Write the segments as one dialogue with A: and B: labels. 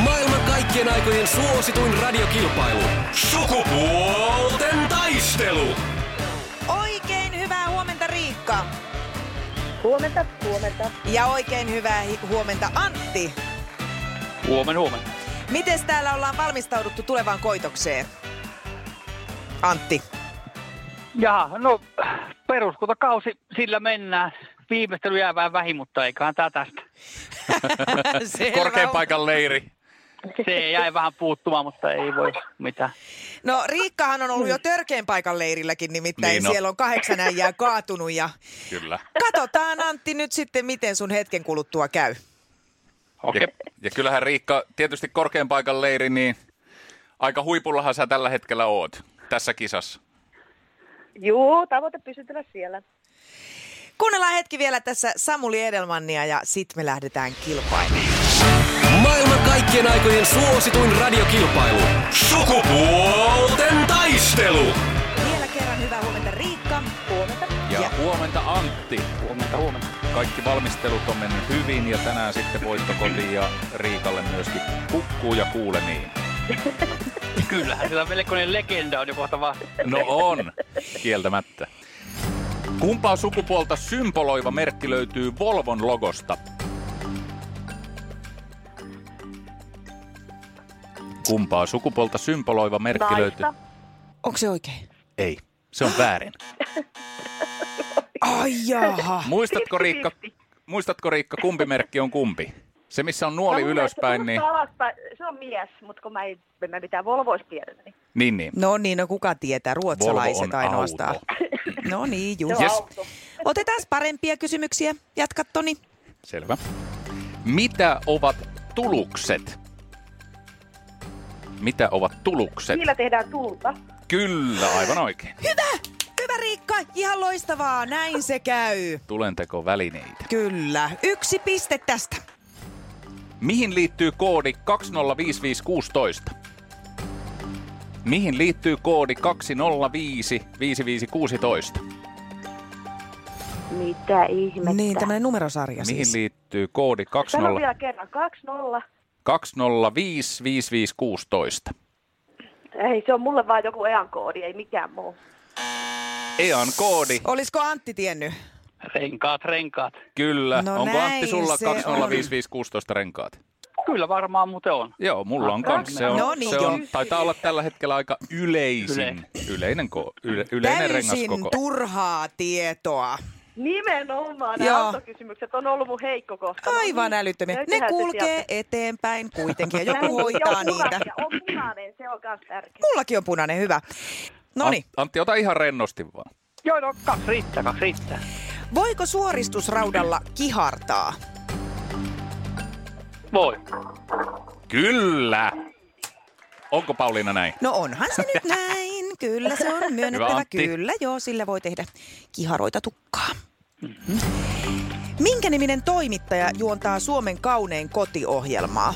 A: Maailman kaikkien aikojen suosituin radiokilpailu. Sukupuolten taistelu.
B: Oikein hyvää huomenta Riikka.
C: Huomenta, huomenta.
B: Ja oikein hyvää hi- huomenta Antti.
D: Huomen huomen.
B: Mites täällä ollaan valmistauduttu tulevaan koitokseen? Antti.
D: Jaha, no peruskuntakausi, sillä mennään. Viimeistely jää vähän vähin, mutta eiköhän tää tästä.
B: Selvä.
E: Korkean paikan leiri.
D: Se jäi vähän puuttumaan, mutta ei voi mitään.
B: No Riikkahan on ollut jo törkeän paikan leirilläkin nimittäin.
E: Niin on.
B: Siellä on kahdeksan äijää kaatunut ja
E: Kyllä.
B: katsotaan Antti nyt sitten miten sun hetken kuluttua käy.
D: Okei.
E: Ja, ja kyllähän Riikka, tietysti korkean paikan leiri, niin aika huipullahan sä tällä hetkellä oot tässä kisassa.
C: Juu, tavoite pysytellä siellä.
B: Kuunnellaan hetki vielä tässä Samuli Edelmannia ja sit me lähdetään kilpailemaan.
A: Maailman kaikkien aikojen suosituin radiokilpailu. Sukupuolten taistelu.
B: Vielä kerran hyvää huomenta Riikka.
C: Huomenta.
E: Ja,
B: Ja.
E: ja. huomenta Antti.
D: Huomenta, huomenta.
E: Kaikki valmistelut on mennyt hyvin ja tänään sitten voitto kotiin ja Riikalle myöskin kukkuu ja kuulemiin.
D: Kyllähän sillä melkoinen legenda on jo kohta vaan.
E: No on, kieltämättä. Kumpaa sukupuolta symboloiva merkki löytyy Volvon logosta? Kumpaa sukupuolta symboloiva merkki löytyy?
C: Naista.
B: Onko se oikein?
E: Ei, se on väärin.
B: Ai jaha.
E: Muistatko Riikka, muistatko Riikka, kumpi merkki on kumpi? Se, missä on nuoli
C: No, mun
E: ylöspäin, niin...
C: mielestä ulkosta Alaspäin, se on mies, mutta kun mä, en, mä mitään Volvoista tiedä, niin
E: Niin, niin.
B: No niin, no kuka tietää, ruotsalaiset
E: Volvo on
B: ainoastaan.
E: auto.
B: No niin,
C: se
B: just.
C: on
E: Yes.
C: auto.
B: Otetaan parempia kysymyksiä. Jatka Toni.
E: Selvä. Mitä ovat tulukset? Mitä ovat tulukset?
C: Niillä tehdään tulta.
E: Kyllä, aivan oikein.
B: Hyvä Riikka, ihan loistavaa, näin se käy.
E: Tulenteko välineitä.
B: Kyllä, yksi piste tästä.
E: Mihin liittyy koodi 205516? Mihin liittyy koodi 2055516?
C: Mitä ihmettä?
B: Niin, tämmönen numerosarja
E: Mihin
B: siis.
E: liittyy koodi
C: Sano
E: 20
C: vielä kerran, 2-0.
E: 205516?
C: Ei, se on mulle vaan joku EAN-koodi, ei mikään muu.
E: Ean koodi,
B: Olisiko Antti tiennyt?
D: Renkaat, renkaat.
E: kyllä.
B: No
E: Onko Antti
B: näin
E: sulla
B: se
E: 205516 renkaat?
D: Kyllä varmaan muuten on.
E: Joo, mulla on kans. Se on,
B: No niin,
E: se on
B: joo.
E: taitaa olla tällä hetkellä aika yleisin, yleinen, ko, yle, yleinen
B: Täysin
E: rengaskoko.
B: turhaa tietoa.
C: Nimenomaan, nämä
B: Joo.
C: autokysymykset on ollut mun heikko kohta.
B: Aivan älyttömiä. Ne
C: Löytäähän niin. se
B: kulkee
C: sieltä.
B: eteenpäin kuitenkin ja
C: Näin,
B: joku hoitaa
C: joo,
B: niitä.
C: punainen, On punainen, se on myös tärkeä.
B: Mullakin on punainen, hyvä. No niin.
E: Ant- Antti, ota ihan rennosti vaan.
D: Joo, no kaksi riittää, kaksi riittää.
B: Voiko suoristusraudalla kihartaa?
D: Voi.
E: Kyllä! Onko Pauliina näin?
B: No onhan se nyt näin. Kyllä se on
E: Hyvä,
B: myönnettävä.
E: Antti.
B: Kyllä joo, sillä voi tehdä kiharoita tukkaa. Minkä niminen toimittaja juontaa Suomen kaunein kotiohjelmaa?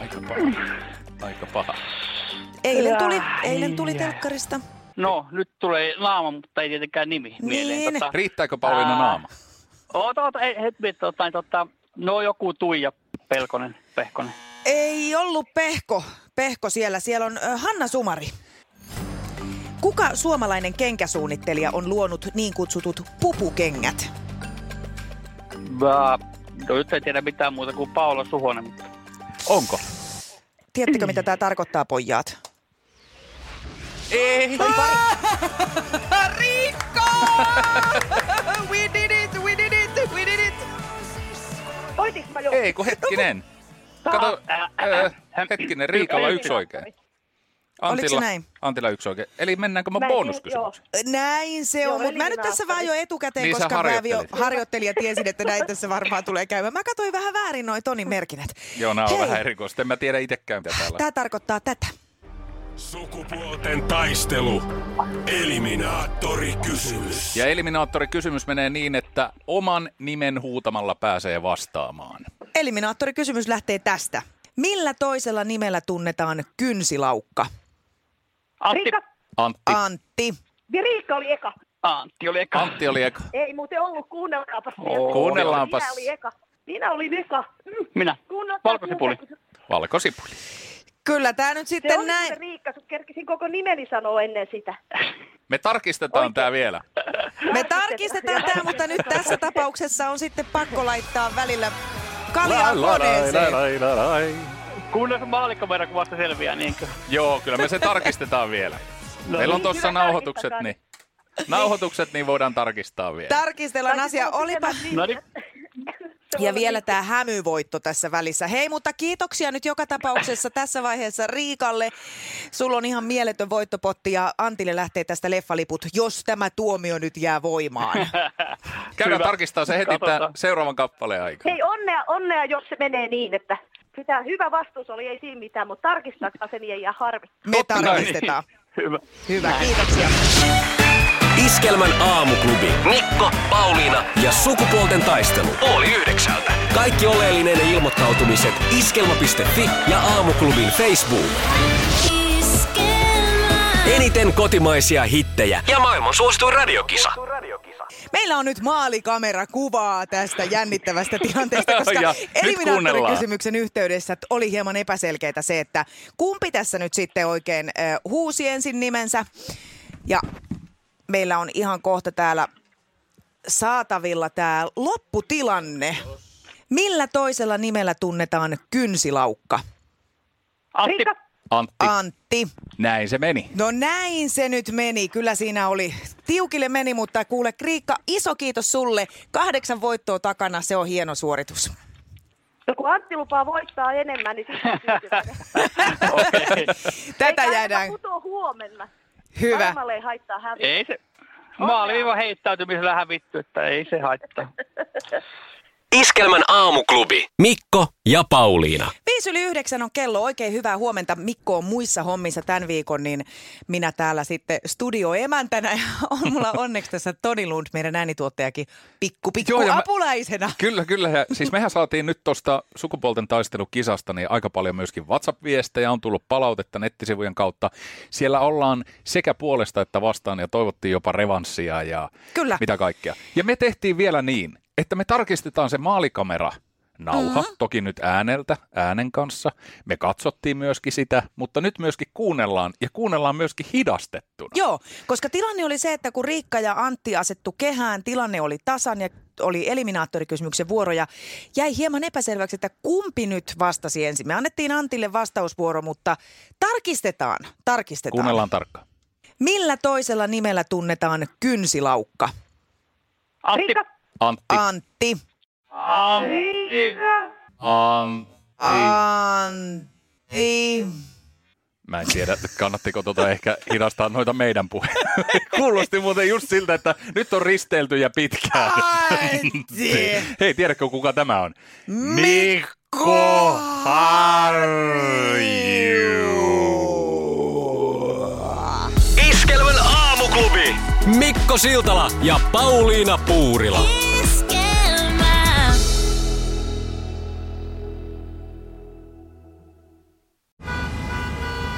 E: Aika paha. Aika paha.
B: Eilen
D: Jaa,
B: tuli, eilen tuli
D: jaa.
B: telkkarista.
D: No, nyt tulee naama, mutta ei tietenkään nimi mieleen.
B: Niin.
D: Tota,
E: Riittääkö Pauliina
D: ää,
E: naama?
D: Oota, oota, ei, hetki, miettä, tota, tota, no joku Tuija Pelkonen, Pehkonen.
B: Ei ollut Pehko. Pehko siellä. Siellä on ö, Hanna Sumari. Kuka suomalainen kenkäsuunnittelija on luonut niin kutsutut pupukengät?
D: Mä, no nyt ei tiedä mitään muuta kuin Paula Suhonen, mutta
E: Onko?
B: Tiedättekö, mitä tämä tarkoittaa, pojat?
E: Ei!
B: Riikka! We did it, we did it, we did it!
C: Voitinko mä joku?
E: Ei, kun hetkinen. Kato,
D: Ää, ää,
E: öö,
D: ää.
E: hetkinen, Riikalla yksi oikein.
B: Oliko se näin?
E: Antilla yksi oikein. Eli mennäänkö mä
C: Mä en tiedä,
E: bonuskysymykseen?
B: Näin se
C: Joo,
B: on, mutta mä
C: eli
B: nyt
C: mä
B: tässä
C: ajattelin.
B: vähän jo etukäteen,
E: Niin sä
B: koska mä jo
E: harjoittelit.
B: harjoittelija tiesin, että näin tässä varmaan tulee käymään. Mä katsoin vähän väärin noin Tonin merkinnät.
E: Joo, nämä on
B: Hei,
E: vähän erikoista. En mä tiedä itsekään, mitä täällä
B: Tämä tarkoittaa tätä.
F: Sukupuolten taistelu. Eliminaattori kysymys.
E: Ja eliminaattori kysymys menee niin, että oman nimen huutamalla pääsee vastaamaan.
B: Eliminaattorikysymys lähtee tästä. Millä toisella nimellä tunnetaan kynsilaukka?
D: Antti,
C: Riikka,
E: Antti.
B: Antti.
C: Ja Riikka oli eka.
D: Antti oli eka.
E: Antti oli eka.
C: Ei muuten ollut, kuunnelkaapas.
D: Oo.
E: Kuunnellaanpas.
C: Minä olin eka. Minä olin eka. Mm.
D: Minä.
C: Kuunnelkaa,
D: Valkosipuli.
C: kuunnelkaa.
E: Valkosipuli.
B: Kyllä tämä nyt
C: Se
B: sitten
C: oli
B: näin.
C: näin. Riikka, sun kerkisin koko nimeni sanoa ennen sitä.
E: Me tarkistetaan tämä vielä.
B: Me tarkistetaan tämä, mutta nyt tässä tapauksessa on sitten pakko laittaa välillä kaljaa koneeseen.
D: Kunnes maalikamera kuvasta selviää, niinkö?
E: Joo, kyllä me se tarkistetaan vielä.
D: No
E: Meillä on
C: niin,
E: tuossa
C: kyllä
E: nauhoitukset,
C: tarkistetaan.
E: niin nauhoitukset, niin voidaan tarkistaa vielä.
B: Tarkistellaan asia. Olipa...
D: No niin,
B: Ja
E: niin,
B: vielä tämä hämyvoitto tässä välissä. Hei, mutta kiitoksia nyt joka tapauksessa tässä vaiheessa Riikalle. Sulla on ihan mieletön voittopotti ja Antille lähtee tästä leffaliput, jos tämä tuomio nyt jää voimaan.
E: Käydään
D: Hyvä.
E: tarkistaa se heti tämän
D: Katsotaan.
E: seuraavan kappaleen aikana.
C: Hei, onnea, onnea, jos se menee niin, että pitää, hyvä vastuus oli, ei siinä mitään, mutta tarkistakaa se, niin ei jää harmi.
B: Me
E: Totta kai.
B: tarkistetaan.
D: hyvä.
B: Hyvä, kiitoksia.
A: Iskelmän aamuklubi. Mikko, Pauliina ja sukupuolten taistelu. Oli yhdeksältä. Kaikki oleellinen ilmoittautumiset iskelma.fi ja aamuklubin Facebook. Eniten kotimaisia hittejä ja maailman suosituin radiokisa.
B: Meillä on nyt maalikamera kuvaa tästä jännittävästä tilanteesta,
E: Ja
B: koska
E: nyt kuunnellaan.
B: eliminaattorikysymyksen yhteydessä t- oli hieman epäselkeää se, että kumpi tässä nyt sitten oikein äh, huusi ensin nimensä. Ja meillä on ihan kohta täällä saatavilla tämä lopputilanne. Millä toisella nimellä tunnetaan kynsilaukka?
D: Antti,
C: Riikka,
E: Antti,
B: Antti.
E: näin se meni.
B: No näin se nyt meni. Kyllä siinä oli. Tiukille meni, mutta kuule Kriikka, iso kiitos sulle. Kahdeksan voittoa takana, se on hieno suoritus.
C: no kun Antti lupaa voittaa enemmän, niin sitten tyytyväinen.
D: okei.
B: Tätä
C: Eikä
B: jäädään.
C: ainakaan putoa huomenna.
B: Hyvä.
C: Varmalle ei haittaa häviä.
D: Ei se. Maaliviiva heittäytymisellä hävitty, että ei se haittaa.
A: Iskelmän aamuklubi. Mikko ja Pauliina.
B: Viisi yli yhdeksän on kello. Oikein hyvää huomenta. Mikko on muissa hommissa tämän viikon, niin minä täällä sitten studioemäntänä. Ja on mulla onneksi tässä Toni Lund, meidän äänituottajakin, pikku pikku
E: Joo, ja mä-
B: apulaisena.
E: Kyllä, kyllä. Ja Siis mehän saatiin nyt tuosta sukupuolten taistelukisasta niin aika paljon myöskin WhatsApp-viestejä, on tullut palautetta nettisivujen kautta. Siellä ollaan sekä puolesta että vastaan ja toivottiin jopa revanssia ja
B: Kyllä.
E: mitä kaikkea. Ja me tehtiin vielä niin, että me tarkistetaan se maalikamera nauha, mm-hmm. toki nyt ääneltä, äänen kanssa. Me katsottiin myöskin sitä, mutta nyt myöskin kuunnellaan ja kuunnellaan myöskin hidastettuna.
B: Joo, koska tilanne oli se, että kun Riikka ja Antti asettu kehään, tilanne oli tasan ja oli eliminaattorikysymyksen vuoro ja jäi hieman epäselväksi, että kumpi nyt vastasi ensin. Me annettiin Antille vastausvuoro, mutta tarkistetaan, tarkistetaan.
E: Kuunnellaan tarkkaan.
B: Millä toisella nimellä tunnetaan kynsilaukka?
D: Antti,
C: Riikka,
E: Antti.
B: Antti.
D: Antti,
E: Antti.
B: Antti.
E: Mä en tiedä, kannattiko tota ehkä hidastaa noita meidän puheita. Kuulosti muuten just siltä, että nyt on risteilty ja pitkään. Niin.
B: Antti.
E: Hei, tiedätkö kuka tämä on?
B: Mikko
A: Iskelmän aamuklubi. Mikko Siltala ja Pauliina Puurila.
G: Esquema.